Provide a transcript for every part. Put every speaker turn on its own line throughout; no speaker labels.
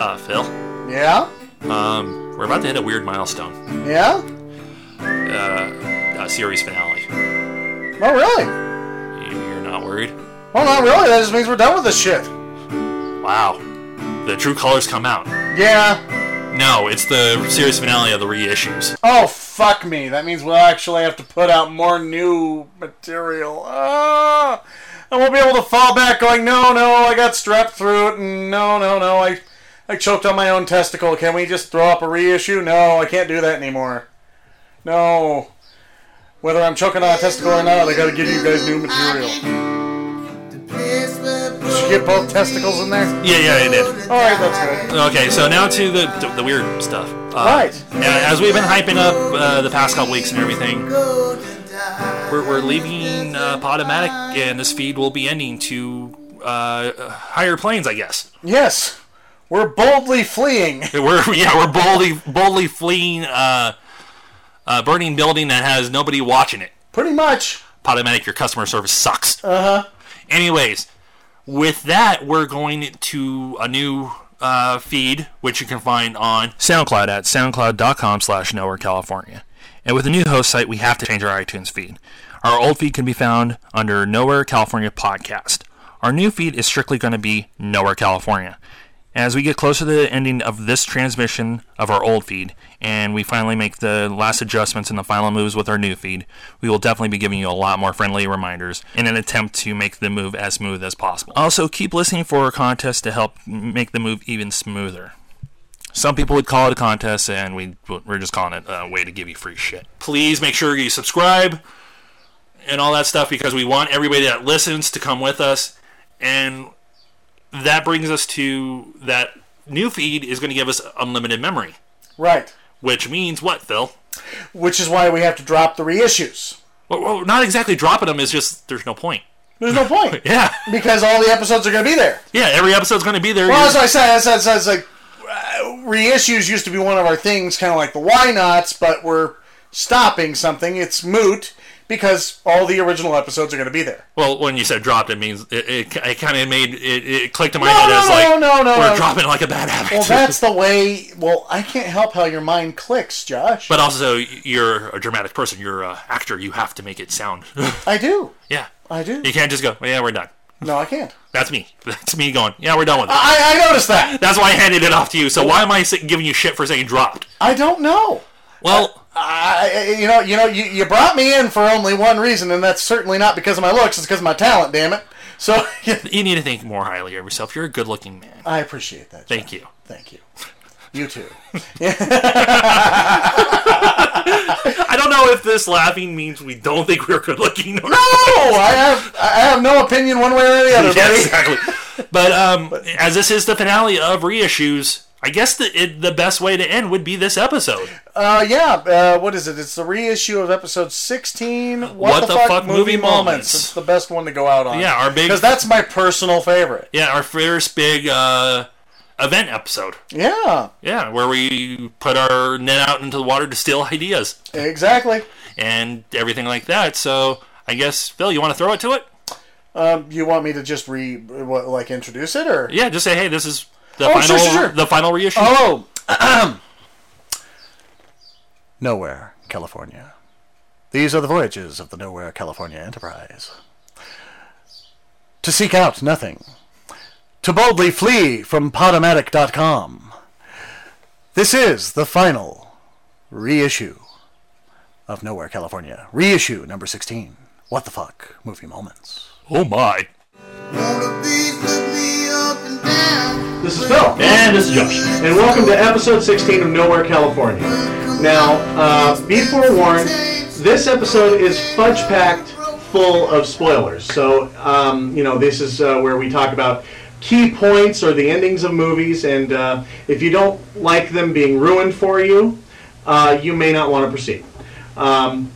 Uh, Phil,
Yeah?
um, we're about to hit a weird milestone.
Yeah?
Uh, a series finale.
Oh, really?
You- You're not worried?
Well, not really. That just means we're done with this shit.
Wow. The true colors come out.
Yeah.
No, it's the series finale of the reissues.
Oh, fuck me. That means we'll actually have to put out more new material. Ah! And we'll be able to fall back going, no, no, I got strep throat, and no, no, no, I, I choked on my own testicle. Can we just throw up a reissue? No, I can't do that anymore. No. Whether I'm choking on a testicle or not, I gotta give you guys new material. Did you get both testicles in there?
Yeah, yeah, it did.
Alright, that's good.
Okay, so now to the to the weird stuff. Uh,
Right.
a- As we've been hyping up uh, the past couple weeks and everything, we're, we're leaving uh, Podomatic, and this feed will be ending to uh, higher planes, I guess.
Yes, we're boldly fleeing.
We're yeah, we're boldly boldly fleeing uh, a burning building that has nobody watching it.
Pretty much.
Podomatic, your customer service sucks. Uh huh. Anyways, with that, we're going to a new uh, feed, which you can find on SoundCloud at soundcloud.com slash nowhere California. And with the new host site, we have to change our iTunes feed. Our old feed can be found under Nowhere California Podcast. Our new feed is strictly going to be Nowhere California. As we get closer to the ending of this transmission of our old feed, and we finally make the last adjustments and the final moves with our new feed, we will definitely be giving you a lot more friendly reminders in an attempt to make the move as smooth as possible. Also, keep listening for our contest to help m- make the move even smoother. Some people would call it a contest, and we, we're just calling it a way to give you free shit. Please make sure you subscribe and all that stuff because we want everybody that listens to come with us. And that brings us to that new feed is going to give us unlimited memory,
Right.
which means what, Phil?
Which is why we have to drop the reissues.
Well, well, not exactly dropping them is just there's no point.
There's no point.
Yeah,
Because all the episodes are going to be there.
yeah. Every episode's going to be there.
Well, that's
You're-
what I said. That's, that's, that's like, uh, reissues used to be one of our things, kind of like the why nots, but we're stopping something. It's moot because all the original episodes are going to be there.
well, when you said dropped, it means it, it, it kind of made it, it clicked in my
No,
head
no,
as
no,
like
no, no,
we're
no.
dropping like a bad habit.
Well, that's the way. Well, I can't help how your mind clicks, Josh.
but also, you're a dramatic person. You're an actor. You have to make it sound.
I do.
yeah,
I do.
you can't just go. Yeah, we're done.
No, I can't.
That's me. That's me going. Yeah, we're done with it.
I, I noticed that.
That's why I handed it off to you. So why am I si- giving you shit for saying dropped?
I don't know.
Well,
I, I- you know, you know, you, you brought me in for only one reason, and that's certainly not because of my looks. It's because of my talent. Damn it! So
you need to think more highly of yourself. You're a good-looking man.
I appreciate that.
Thank you.
Thank you. You too.
I don't know if this laughing means we don't think we're good-looking. No,
Oh, I have I have no opinion one way or the other,
yeah,
buddy.
exactly. But um, as this is the finale of reissues, I guess the it, the best way to end would be this episode.
Uh, yeah. Uh, what is it? It's the reissue of episode sixteen. What,
What the fuck movie moments.
It's the best one to go out on.
Yeah, our big-
because that's my personal favorite.
Yeah, our first big uh, event episode.
Yeah,
Yeah, where we put our net out into the water to steal ideas
exactly.
and everything like that. So I guess Phil, you want to throw it to it?
Um, you want me to just re what, like introduce it or?
Yeah, just say hey, this is the
Oh,
final
sure, sure, sure.
the final reissue.
Oh, Nowhere, California. These are the voyages of the Nowhere, California Enterprise. To seek out nothing. To boldly flee from Podomatic.com. This is the final reissue of Nowhere, California. Reissue number 16. What the fuck? Movie moments.
oh my!
This is Phil.
And this is Josh.
and welcome to episode 16 of Nowhere, California. Now, uh, be forewarned, this episode is fudge packed full of spoilers. So, um, you know, this is uh, where we talk about key points or the endings of movies, and uh, if you don't like them being ruined for you, uh, you may not want to proceed. Um,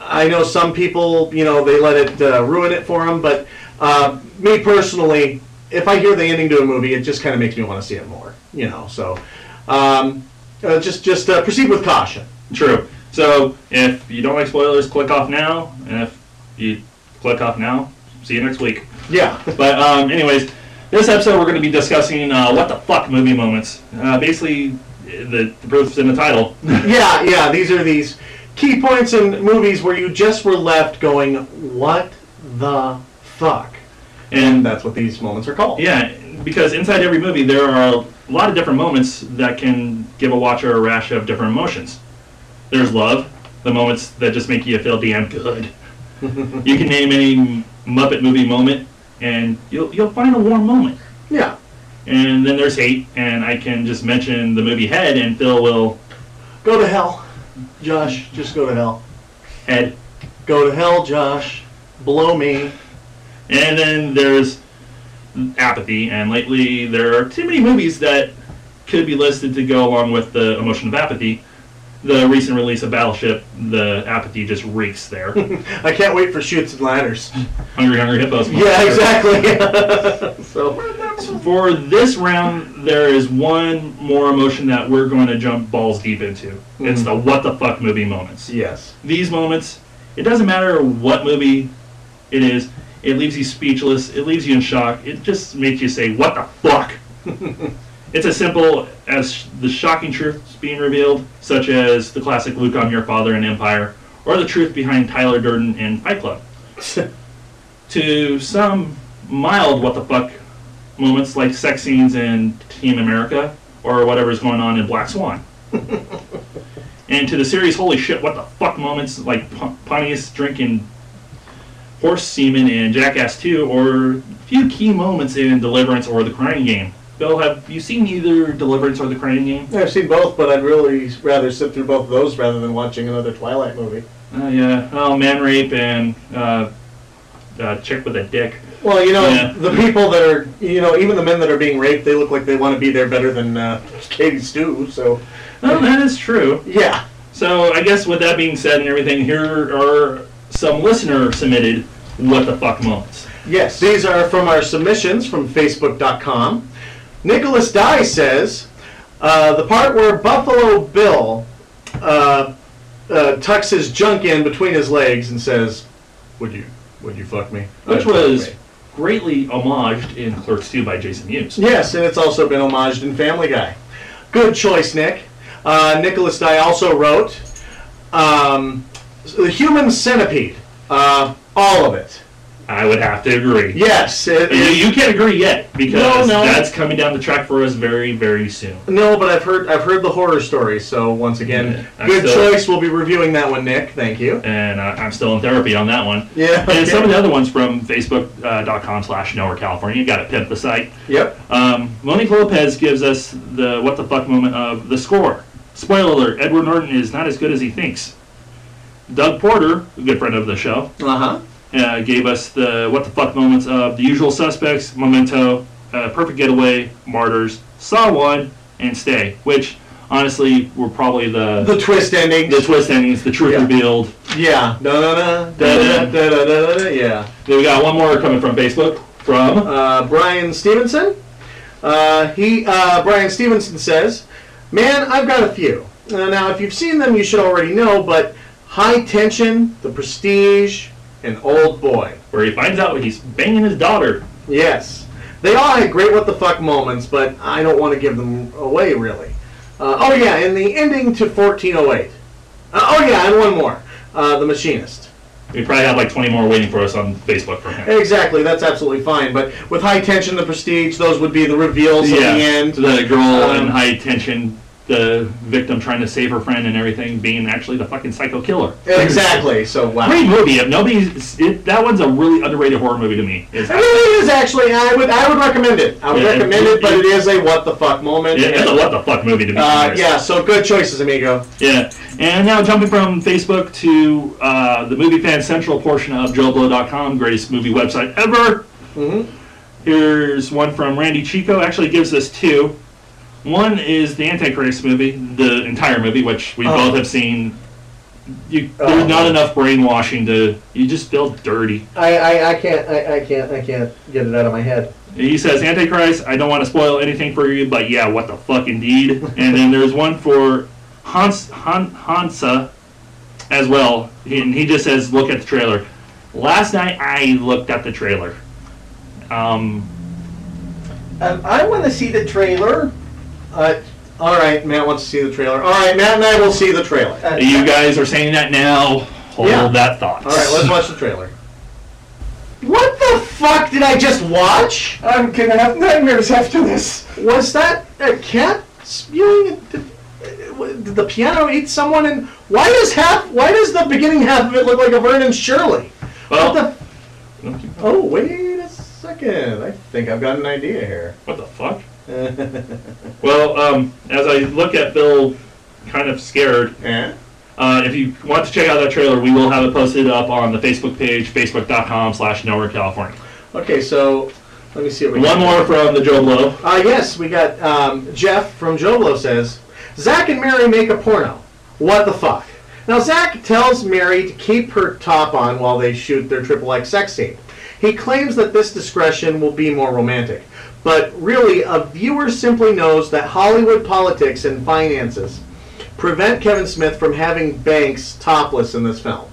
I know some people, you know, they let it uh, ruin it for them, but uh, me personally, if I hear the ending to a movie, it just kind of makes me want to see it more, you know. So, um, uh, just just uh, proceed with caution.
True. So if you don't like spoilers, click off now. And if you click off now, see you next week.
Yeah.
But um, anyways,
This episode, we're going to be discussing uh, what the fuck movie moments. Uh, basically, the, the proof's in the title.
Yeah, yeah. These are these key points in movies where you just were left going, "What the fuck?" And
and
that's what these moments are called.
yeah, because inside every movie, there are a lot of different moments that can give a watcher a rash of different emotions. There's love, the moments that just make you feel damn good. you can name any Muppet movie moment, and you'll, you'll find a warm moment.
Yeah.
And then there's hate, and I can just mention the movie Head, and Phil will
Go to hell, Josh. Just go to hell.
head.
Go to hell, Josh. Blow me.
And then there's apathy, and lately there are too many movies that could be listed to go along with the emotion of apathy. The recent release of Battleship, the apathy just reeks there.
I can't wait for shoots and ladders.
Hungry Hungry Hippos.
yeah, exactly. so
For this round, there is one more emotion that we're going to jump balls deep into. It's the what the fuck movie moments.
yes.
these moments, it doesn't matter what movie it is, it leaves you speechless, it leaves you in shock, it just makes you say, What the fuck? it's as simple as sh- the shocking truths being revealed, such as the classic Luke, I'm your father in Empire, or the truth behind Tyler Durden in Fight Club. to some mild what the fuck moments like sex scenes in Team America or whatever's going on in Black Swan. and to the series, holy shit, what the fuck moments like P- Pontius drinking horse semen in Jackass 2 or a few key moments in Deliverance or The Crying Game. Bill, have you seen either Deliverance or The Crying Game?
I've seen both, but I'd really rather sit through both of those rather than watching another Twilight movie.
Oh, yeah. Oh, man rape and uh, uh, chick with a dick.
Well, you know,
Yeah.
the people that are, you know, even the men that are being raped, they look like they want to be there better than uh, Katie Stu. So,
Oh, that is true.
yeah.
So I guess with that being said and everything, here are some listener submitted what the fuck moments.
Yes, these are from our submissions from Facebook.com. Nicholas Dye says uh, the part where Buffalo Bill uh, uh, tucks his junk in between his legs and says, "Would you, would you fuck me?"
Which
"I'd fuck
was
me."
greatly homaged in Clerks 2 by Jason Hughes.
yes, and it's also been homaged in Family Guy. Good choice, Nick. Uh, Nicholas Dye also wrote um, the Human Centipede. Uh, all of it.
I would have to agree.
Yes, it-
You, you can't agree yet because
No, no.
that's coming down the track for us very, very soon.
No, but I've heard I've heard the horror story. So once again,
Yeah, I'm
good
still-
choice. We'll be reviewing that one, Nick. Thank you.
And I, I'm still in therapy on that one.
Yeah, okay.
And some of the other ones from facebook.com slash nowhere California. You gotta pimp the site.
Yep.
Um, Monique Lopez gives us the what the fuck moment of the score. Spoiler alert: Edward Norton is not as good as he thinks. Doug Porter, a good friend of the show,
Uh huh.
uh, gave us the what the fuck moments of The Usual Suspects, Memento, uh, Perfect Getaway, Martyrs, Saw One, and Stay. Which honestly were probably the
The twist ending.
the twist endings, the truth
Yeah.
revealed.
yeah. Da da da da da da da da. Yeah.
Then we got one more coming from Facebook from
Uh, Brian Stevenson. Uh, he uh, Brian Stevenson says, "Man, I've got a few. Uh, now, if you've seen them, you should already know. But High Tension, The Prestige, and Old Boy.
where he finds out he's banging his daughter.
Yes. They all had great what the fuck moments, but I don't want to give them away, really. Uh, oh, yeah, and the ending to 1408. Uh, oh, yeah, and one more uh, The Machinist.
We probably have like 20 more waiting for us on Facebook from him.
Exactly, that's absolutely fine, but with High Tension, The Prestige, those would be the reveals at the end.
The girl
Um,
in high tension, the victim trying to save her friend and everything, being actually the fucking psycho killer.
Exactly, so wow.
Great movie. If nobody's it, that one's a really underrated horror movie to me. It's,
I mean, it is actually, I would, I would recommend it. I would
Yeah,
recommend
it-
it, but
it-
it is a what the fuck moment.
it- it's a what the fuck movie to me.
uh, yeah, so good choices, amigo.
Yeah. And now jumping from Facebook to uh, the Movie Fan Central portion of JoeBlow.com, greatest movie website ever.
Mm-hmm.
Here's one from Randy Chico. Actually, gives us two. One is the Antichrist movie, the entire movie, which we
Oh.
both have seen. You,
Oh.
there's not enough brainwashing to. You just feel dirty.
I, I, I can't, I, I can't, I can't get it out of my head.
He says, Antichrist, I don't want to spoil anything for you, but yeah, what the fuck indeed. and then there's one for Hans, Han, Hansa as well. And he just says, look at the trailer. Last night I looked at the trailer. Um,
Um, I want to see the trailer.
Uh, all right, Matt wants to see the trailer. All right, Matt and I will see the trailer.
Uh,
You guys are saying that now. Hold
Yeah.
that thought.
All right, let's watch the trailer.
What the fuck did I just watch? I'm gonna have nightmares after this.
Was that a cat spewing? Did, did the piano eat someone? And why does half? Why does the beginning half of it look like a Vernon Shirley?
Well-
what the? Oh wait a second! I think I've got an idea here. Eh?
What the fuck? well, um, as I look at Bill, kind of scared.
Eh?
Uh, if you want to check out that trailer, we will have it posted up on the Facebook page, facebook.com/slash Nowhere California.
Okay, so let me see what we
One
got.
more from the Joe Blow.
Uh, yes, we got um, Jeff from Joblo says, Zach and Mary make a porno. What the fuck? Now, Zach tells Mary to keep her top on while they shoot their triple X sex scene. He claims that this discretion will be more romantic. But really, a viewer simply knows that Hollywood politics and finances prevent Kevin Smith from having Banks topless in this film.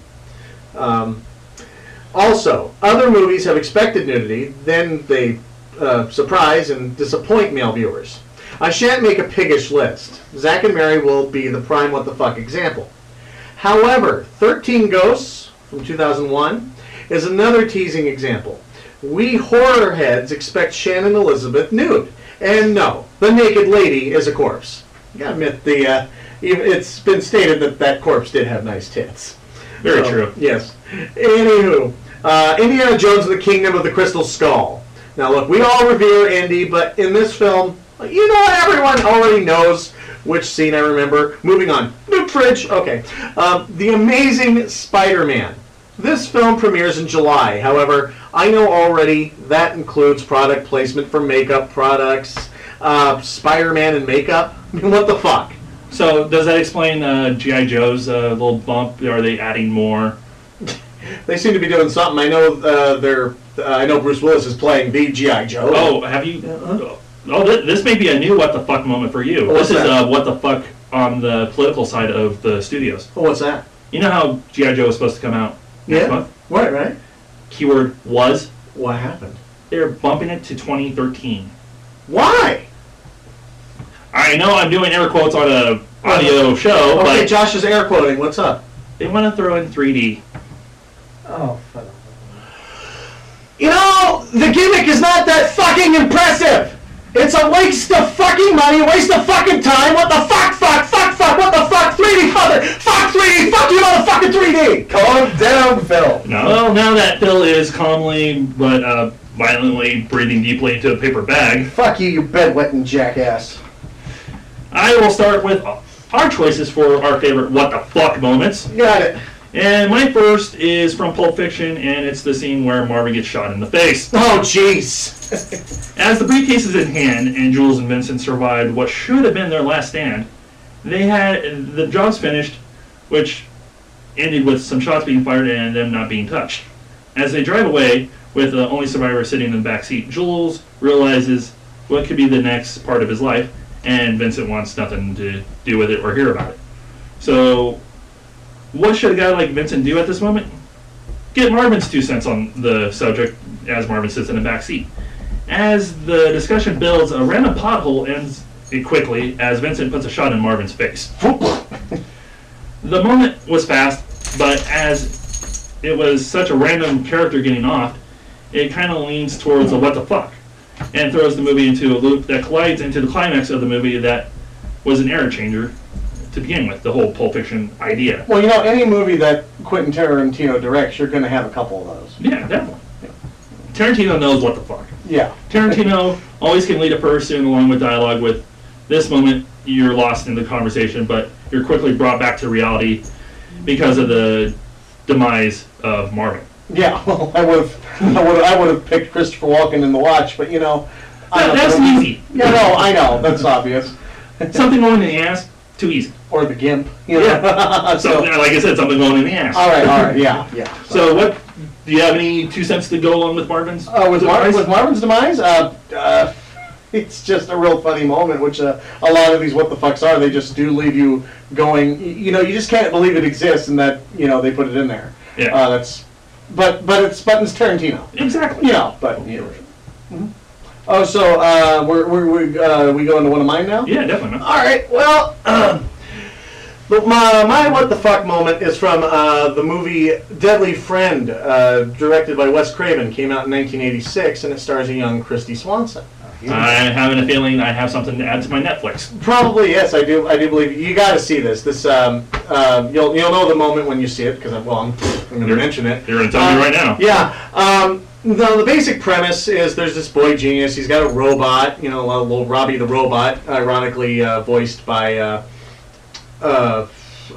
Also, other movies have expected nudity, then they uh, surprise and disappoint male viewers. I shan't make a piggish list. Zack and Mary will be the prime what the fuck example. However, 13 Ghosts from 2001 is another teasing example. We horror heads expect Shannon Elizabeth nude. And no, the naked lady is a corpse. You gotta admit, the, uh, even- it's been stated that that corpse did have nice tits.
Very
So,
true.
Yes. Anywho, uh, Indiana Jones and the Kingdom of the Crystal Skull. Now, look, we all revere Indy, but in this film, you know what? Everyone already knows which scene I remember. Moving on. New fridge. Okay. Um, the Amazing Spider Man. This film premieres in July. However, I know already that includes product placement for makeup products, uh, Spider Man and makeup. I mean, what the fuck?
So does that explain uh, GI Joe's uh, little bump? Are they adding more?
They seem to be doing something. I know uh, they're. Uh, I know Bruce Willis is playing the GI Joe.
Oh, have you? Oh, th- this may be a new what the fuck moment for you.
What's
this is
that?
uh, what the fuck on the political side of the studios.
Oh, what's that?
You know how GI Joe was supposed to come out next month.
Right, right.
Keyword was.
What happened?
They're bumping it to 2013.
Why?
I know I'm doing air quotes on a audio show,
Okay,
but
Josh is air quoting. What's up?
they want to throw in 3D.
Oh, fuck.
You know, the gimmick is not that fucking impressive. It's a waste of fucking money, waste of fucking time. What the fuck, fuck, fuck, fuck, what the fuck, 3D, mother, fuck 3D, fuck you, motherfucking 3D.
Calm down, Phil.
No. Well, now that Phil is calmly but uh, violently breathing deeply into a paper bag,
Fuck you, you bedwetting jackass.
I will start with our choices for our favorite what the fuck moments.
Got it.
And my first is from Pulp Fiction, and it's the scene where Marvin gets shot in the face.
Oh, jeez.
As the briefcase is in hand, and Jules and Vincent survived what should have been their last stand, they had the job's finished, which ended with some shots being fired and them not being touched. As they drive away, with the only survivor sitting in the back seat, Jules realizes what could be the next part of his life, and Vincent wants nothing to do with it or hear about it. So, what should a guy like Vincent do at this moment? Get Marvin's two cents on the subject as Marvin sits in the back seat. As the discussion builds, a random pothole ends it quickly as Vincent puts a shot in Marvin's face. the moment was fast, but as it was such a random character getting off, it kind of leans towards a what the fuck and throws the movie into a loop that collides into the climax of the movie that was an era changer to begin with, the whole Pulp Fiction idea.
Well, you know, any movie that Quentin Tarantino directs, you're gonna have a couple of those.
Yeah, definitely. Tarantino knows what the fuck.
Yeah.
Tarantino always can lead a person along with dialogue with this moment you're lost in the conversation, but you're quickly brought back to reality because of the demise of Marvin.
Yeah, well, I would have, I would, I would have picked Christopher Walken in The Watch, but you know, I
No,
don't
that's
know.
easy.
Yeah, no, I know, that's obvious.
Something going in the ass, too easy.
Or the Gimp. You know?
Yeah. So,
so,
like I said, something going in the ass.
all right, all right, yeah, yeah.
So what? Do you have any two cents to go along with Marvin's?
Uh, with, Mar-
demise?
with Marvin's demise, uh, uh, it's just a real funny moment, which uh, a lot of these what the fucks are. They just do leave you going. y- You know, you just can't believe it exists, and that you know they put it in there.
Yeah.
Uh, that's, but but it's Buttons Tarantino.
exactly.
You know, but you know. Oh, so uh, we're, we're, we uh, we go into one of mine now?
Yeah, definitely. Man.
All right. Well, but my, my what the fuck moment is from uh, the movie Deadly Friend, uh, directed by Wes Craven, came out in 1986, and it stars a young Christy Swanson.
Uh,
I'm having a feeling I have something to add to my Netflix.
Probably yes, I do. I do believe you got to see this. This um, uh, you'll you'll know the moment when you see it because I'm well, I'm, I'm going to mention it.
You're gonna tell me
Uh,
right now.
Yeah. Um, the, the basic premise is there's this boy genius. He's got a robot, you know, a little Robbie the robot, ironically uh, voiced by uh, uh,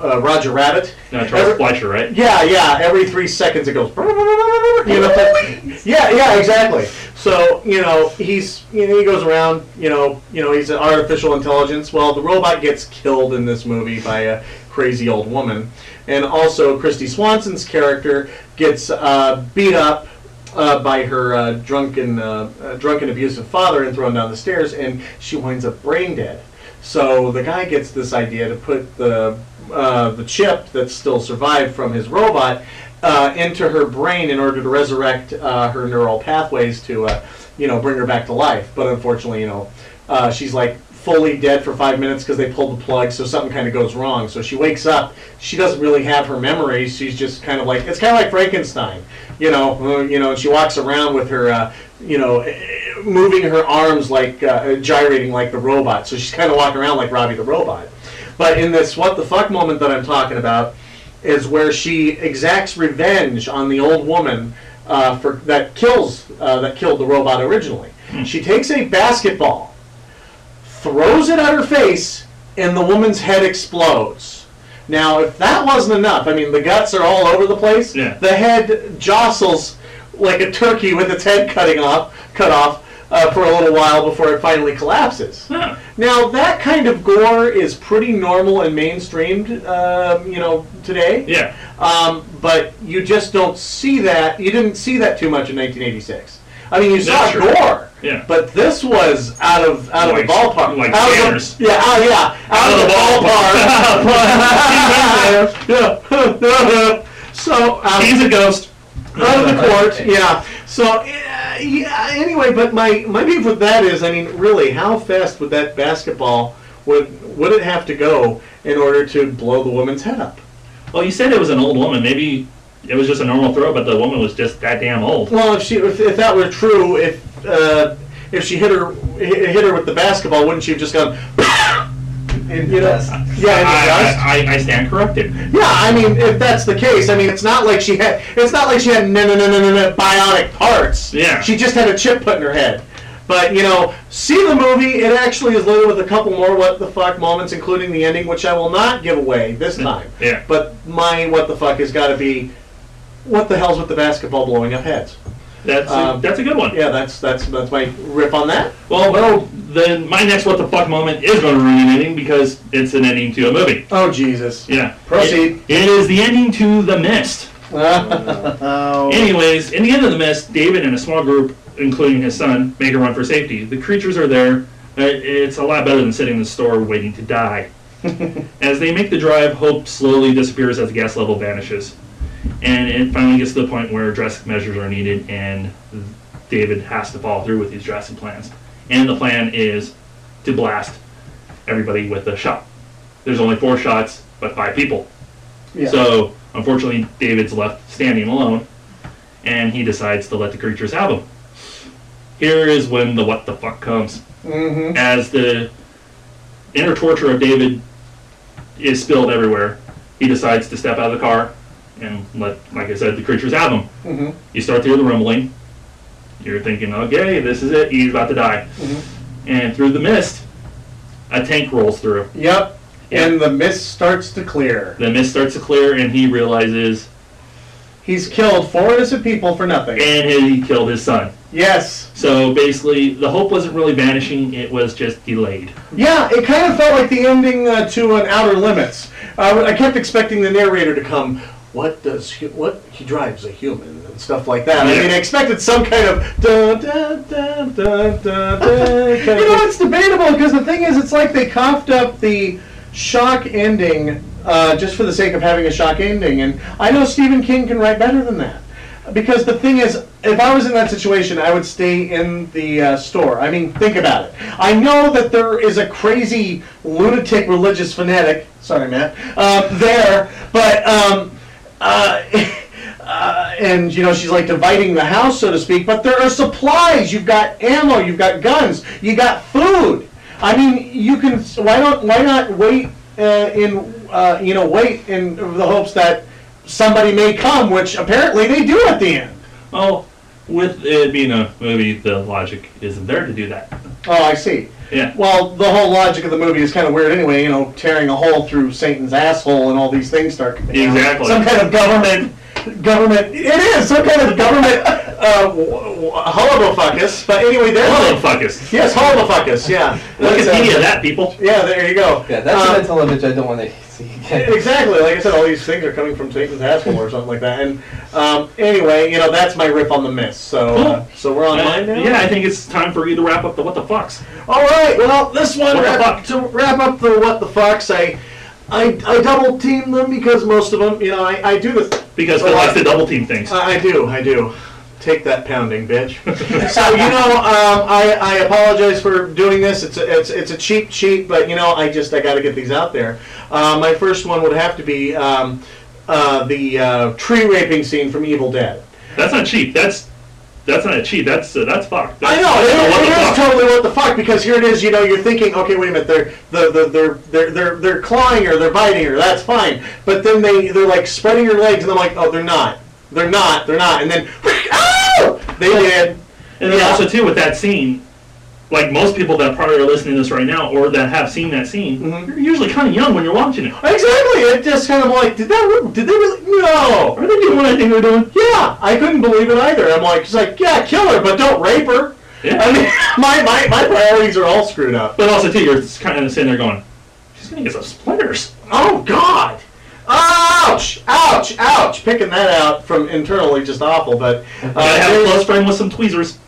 uh, Roger Rabbit.
Uh, Charles
Every-
Fleischer, right?
yeah, yeah. Every three seconds it goes. You know? Yeah, yeah, exactly. So you know he's you know, he goes around. You know, you know he's an artificial intelligence. Well, the robot gets killed in this movie by a crazy old woman, and also Christy Swanson's character gets uh, beat up. Uh, by her uh, drunken, uh, uh, drunken, abusive father, and thrown down the stairs, and she winds up brain dead. So the guy gets this idea to put the uh, the chip that still survived from his robot uh, into her brain in order to resurrect uh, her neural pathways to uh, you know bring her back to life. But unfortunately, you know, uh, she's like fully dead for five minutes because they pulled the plug, so something kind of goes wrong. So she wakes up. She doesn't really have her memories. She's just kind of like it's kind of like Frankenstein, you know. uh, You know, and she walks around with her, uh, you know, eh, moving her arms like uh, gyrating like the robot. So she's kind of walking around like Robbie the robot. But in this what the fuck moment that I'm talking about is where she exacts revenge on the old woman uh, for that kills uh, that killed the robot originally. She takes a basketball throws it at her face, and the woman's head explodes. Now, if that wasn't enough, I mean, the guts are all over the place.
Yeah.
The head jostles like a turkey with its head cutting off, cut off uh, for a little while before it finally collapses.
Huh.
Now, that kind of gore is pretty normal and mainstreamed, uh, you know, today.
Yeah.
Um, but you just don't see that. You didn't see that too much in 1986. I mean, you saw
That's true.
gore,
Yeah.
but this was out of out of
Like-
the ballpark.
like
out
Scanners.
of the, yeah, oh yeah, out, of the, ballpark. yeah. so um,
He's a ghost.
out of the court. Yeah. So uh, yeah. Anyway, but my my beef with that is, I mean, really, how fast would that basketball would would it have to go in order to blow the woman's head up?
Well, you said it was an old woman. Maybe it was just a normal throw, but the woman was just that damn old.
Well, if she if, if that were true, if uh, if she hit her hit hit her with the basketball, wouldn't she have just gone?
In
You know,
dust.
yeah, in the dust.
I, I, I, I stand corrected.
Yeah, I mean, if that's the case, I mean, it's not like she had it's not like she had no no no no no no bionic parts.
Yeah.
she just had a chip put in her head. But you know, see the movie. It actually is loaded with a couple more what the fuck moments, including the ending, which I will not give away this time.
Mm, Yeah.
But my what the fuck has got to be, what the hell's with the basketball blowing up heads?
That's a,
Um,
that's a good one.
Yeah, that's that's that's my rip on that.
Well, well, then my next what the fuck moment is going to ruin an ending because it's an ending to a movie.
Oh Jesus!
Yeah.
Proceed.
It- it is the ending to The Mist.
Oh.
Anyways, in the end of the mist, David and a small group, including his son, make a run for safety. The creatures are there. but It's a lot better than sitting in the store waiting to die. as they make the drive, hope slowly disappears as the gas level vanishes. And it finally gets to the point where drastic measures are needed, and David has to follow through with these drastic plans. And the plan is to blast everybody with a shot. There's only four shots, but five people.
Yeah.
So, unfortunately, David's left standing alone, and he decides to let the creatures have him. Here is when the what the fuck comes.
Mm-hmm.
As the inner torture of David is spilled everywhere, he decides to step out of the car and let, like I said, the creatures have him.
Mhm.
You start to hear the rumbling. You're thinking, okay, this is it. He's about to die. And through the mist, a tank rolls through.
Yep.
Yeah.
And the mist starts to clear.
The mist starts to clear, and he realizes,
He's killed four innocent people for nothing.
and he killed his son.
Yes.
So basically, the hope wasn't really vanishing; it was just delayed.
Yeah, it kind of felt like the ending uh, to an Outer Limits. Uh, I kept expecting the narrator to come. What does he, what he drives a human and stuff like that. I
Yeah.
mean, I expected some kind of da da da da da da. kind
You
of-
know, it's debatable because the thing is, it's like they coughed up the shock ending uh, just for the sake of having a shock ending, and I know Stephen King can write better than that.
Because the thing is, if I was in that situation, I would stay in the uh, store. I mean, think about it. I know that there is a crazy lunatic religious fanatic. Sorry, Matt. Uh, there, but um, uh, uh, and you know she's like dividing the house, so to speak. But there are supplies. You've got ammo. You've got guns. You got food. I mean, you can. Why don't? Why not wait uh, in? Uh, you know, wait in the hopes that somebody may come, which apparently they do at the end.
Well, with it being a movie, the logic isn't there to do that.
Oh, I see.
Yeah.
Well, the whole logic of the movie is kind of weird anyway. You know, tearing a hole through Satan's asshole and all these things start coming out.
Exactly.
Some kind of government, government. It is some kind of government uh, w- w- hullabuckus. But anyway, there's
What the fuck is?
yes, hullabuckus. Yeah. That's, uh,
Wikipedia that people.
yeah, there you go.
Yeah, that's
Um,
a mental image I don't want to see again.
Exactly, like I said, all these things are coming from Satan's asshole or something like that. And um, anyway, you know that's my riff on the miss. So, uh, so we're on mine now.
yeah, I think it's time for you to wrap up the what the fucks.
All right. Well, this one
What the
wrap,
fuck?
to wrap up the what the fucks. I, I, I double team them because most of them, you know, I, I do this.
Because
a
I
lot.
like to double team things.
I I do. I do. Take that pounding, bitch. so you know, um, I, I apologize for doing this. It's a, it's it's a cheap cheat, but you know, I just I got to get these out there. Uh, my first one would have to be um, uh, the uh, tree raping scene from Evil Dead.
that's not cheap. That's that's not a cheat. That's uh, that's fuck. That's,
I know it,
that's a
it is
what the fuck.
totally what the fuck because here it is. You know, you're thinking, okay, wait a minute, they're they're they're they're they're, they're, they're clawing her, they're biting her. That's fine. But then they they're like spreading her legs, and I'm like, oh, they're not, they're not, they're not. And then, oh, they did.
And then
Yeah.
also too with that scene, like most people that probably are listening to this right now or that have seen that scene,
Mm-hmm.
you're usually kind of young when you're watching it.
Exactly. It just kind of like, did that? re- Did they really? No.
Are they doing what I think they're doing?
Yeah, I couldn't believe it either. I'm like, she's like, yeah, kill her, but don't rape her.
Yeah.
I mean, my, my, my priorities are all screwed up.
But also too, you're kind of sitting there going, she's gonna get some splinters.
Oh God! Ouch! Ouch! Ouch! Picking that out from internally just awful, but uh,
I have a
there's-
close friend with some tweezers.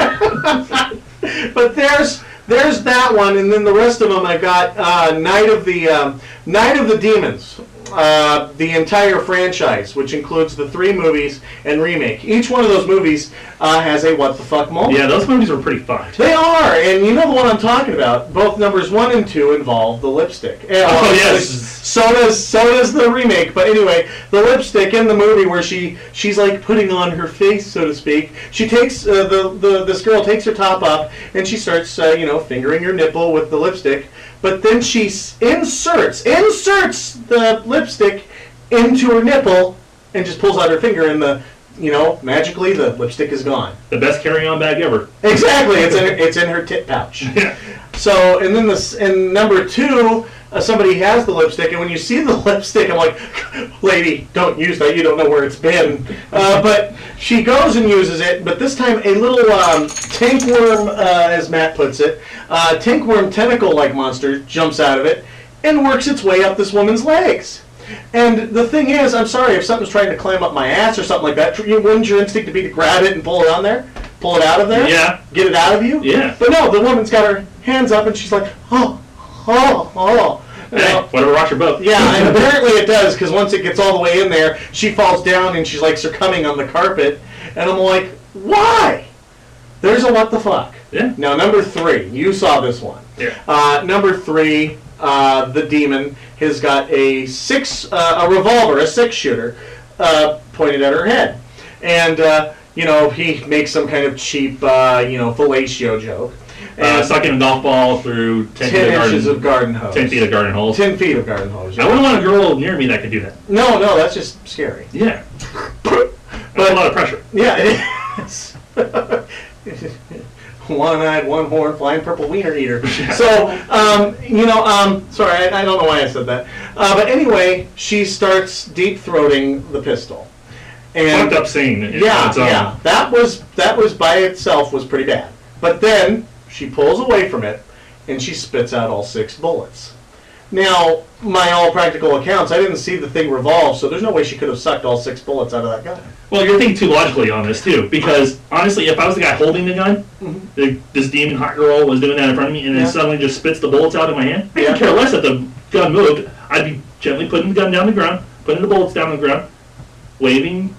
but there's there's that one, and then the rest of them I got uh, Night of the um, Night of the Demons, uh, the entire franchise, which includes the three movies and remake. Each one of those movies uh, has a what the fuck moment.
Yeah, those movies were pretty fucked.
They are, and you know the one I'm talking about. Both numbers one and two involve the lipstick. Eh, well,
Oh, yes.
like, So does so does the remake. But anyway, the lipstick in the movie where she she's like putting on her face, so to speak. She takes uh, the the this girl takes her top off and she starts uh, you know fingering your nipple with the lipstick. But then she s- inserts inserts the lipstick into her nipple and just pulls out her finger and the you know magically the lipstick is gone.
The best carry-on bag ever.
Exactly, it's in her, it's in her tit pouch. So, and then this, and number two, uh, somebody has the lipstick, and when you see the lipstick, I'm like, lady, don't use that. You don't know where it's been. Uh, but she goes and uses it, but this time a little um, tankworm, uh, as Matt puts it, uh, tankworm tentacle-like monster jumps out of it and works its way up this woman's legs. And the thing is, I'm sorry if something's trying to climb up my ass or something like that. you- Wouldn't your instinct be to grab it and pull it on there, pull it out of there?
Yeah.
get it out of you.
Yeah.
But no, the woman's got her hands up and she's like, oh, oh, oh. You
Hey,
know?
whatever rocks your boat.
Yeah, and apparently it does because once it gets all the way in there, she falls down and she's like succumbing on the carpet, and I'm like, why? There's a what the fuck.
Yeah.
Now number three, you saw this one.
Yeah.
Uh, number three, uh, the demon has got a six, uh, a revolver, a six shooter, uh, pointed at her head, and uh, you know he makes some kind of cheap, uh, you know, fellatio joke.
Uh,
And
sucking a golf ball through 10, feet
ten
of
inches
garden,
of garden hose.
ten feet of garden holes.
Ten feet of garden hose.
I
yeah.
wouldn't want a girl near me that could do that.
No, no, that's just scary.
Yeah. That's a lot of pressure.
Yeah, it is. One-eyed, one-horned, flying purple wiener eater. So, um, you know, um, sorry, I, I don't know why I said that. Uh, but anyway, she starts deep-throating the pistol. And
Fucked up um, scene. in- on
yeah,
its own.
yeah, that was that was by itself was pretty bad. But then she pulls away from it, and she spits out all six bullets. Now, my all practical accounts, I didn't see the thing revolve, so there's no way she could have sucked all six bullets out of that gun.
Well, you're thinking too logically on this too, because honestly, if I was the guy holding the gun, the, this demon hot girl was doing that in front of me, and then
Mm-hmm. Yeah.
suddenly just spits the bullets out of my hand. I
Yeah.
could care less if the gun moved. I'd be gently putting the gun down the ground, putting the bullets down the ground, waving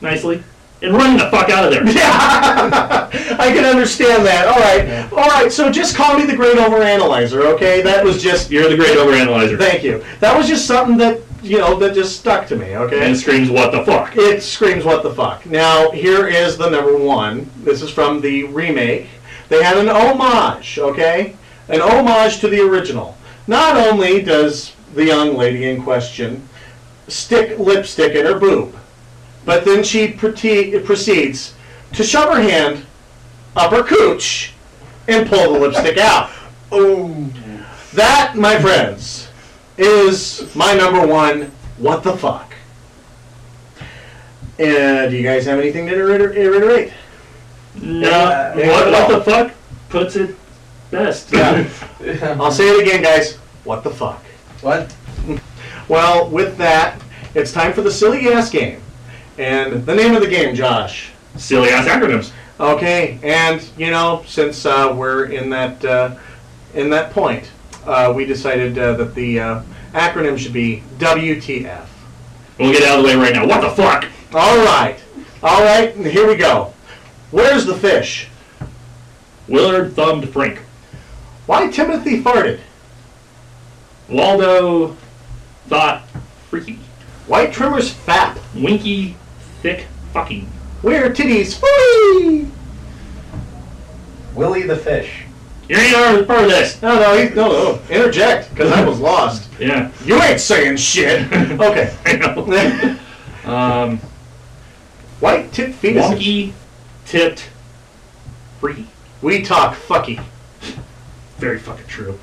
nicely and running the fuck out of there.
I can understand that. All right, all right. So just call me the great overanalyzer, okay? That was just
You're the great overanalyzer.
thank you. That was just something that you know that just stuck to me, okay?
And screams, what the fuck?
It screams what the fuck. Now here is the number one. This is from the remake. They had an homage, okay? An homage to the original. Not only does the young lady in question stick lipstick in her boob, but then she prote- proceeds to shove her hand up her cooch and pull the lipstick out. Oh. That, my friends, is my number one. What the fuck? And Uh, do you guys have anything to reiter- reiterate?
No,
Yeah, yeah,
what,
no.
what the fuck puts it best?
Yeah. I'll say it again, guys. What the fuck?
What?
Well, with that, it's time for the silly ass game. And the name of the game, Josh.
Silly ass acronyms.
Okay, and you know, since uh, we're in that uh, in that point, uh, we decided uh, that the uh, acronym should be WTF.
We'll get out of the way right now. What the fuck?
All right, all right, and here we go. Where's the fish?
Willard thumbed Frank.
Why Timothy farted?
Waldo thought freaky.
Why trimmers fap?
Winky thick fucking.
Where titties? Whee!
Willie the fish.
You ain't our part of this.
No, no, he, no, no. Interject, because I was lost.
Yeah.
You ain't saying shit. Okay.
I know. Um,
White tip fetuses.
wonky tipped freaky.
We talk fucky.
Very fucking true.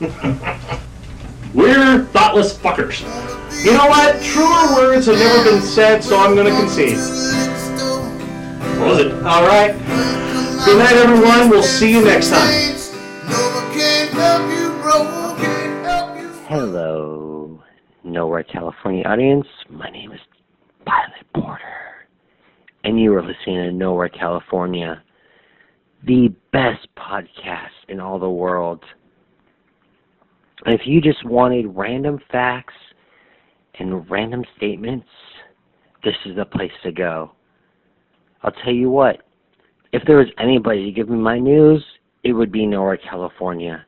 We're thoughtless fuckers.
You know what? Truer words have never been said, so I'm gonna concede.
What was it?
All right. Good night, everyone. We'll see you next time.
Hello, Nowhere California audience. My name is Pilot Porter, and you are listening to Nowhere California, the best podcast in all the world. If you just wanted random facts and random statements, this is the place to go. I'll tell you what, if there was anybody to give me my news, it would be Nowhere California.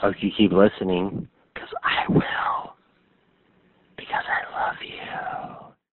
I hope you keep listening because I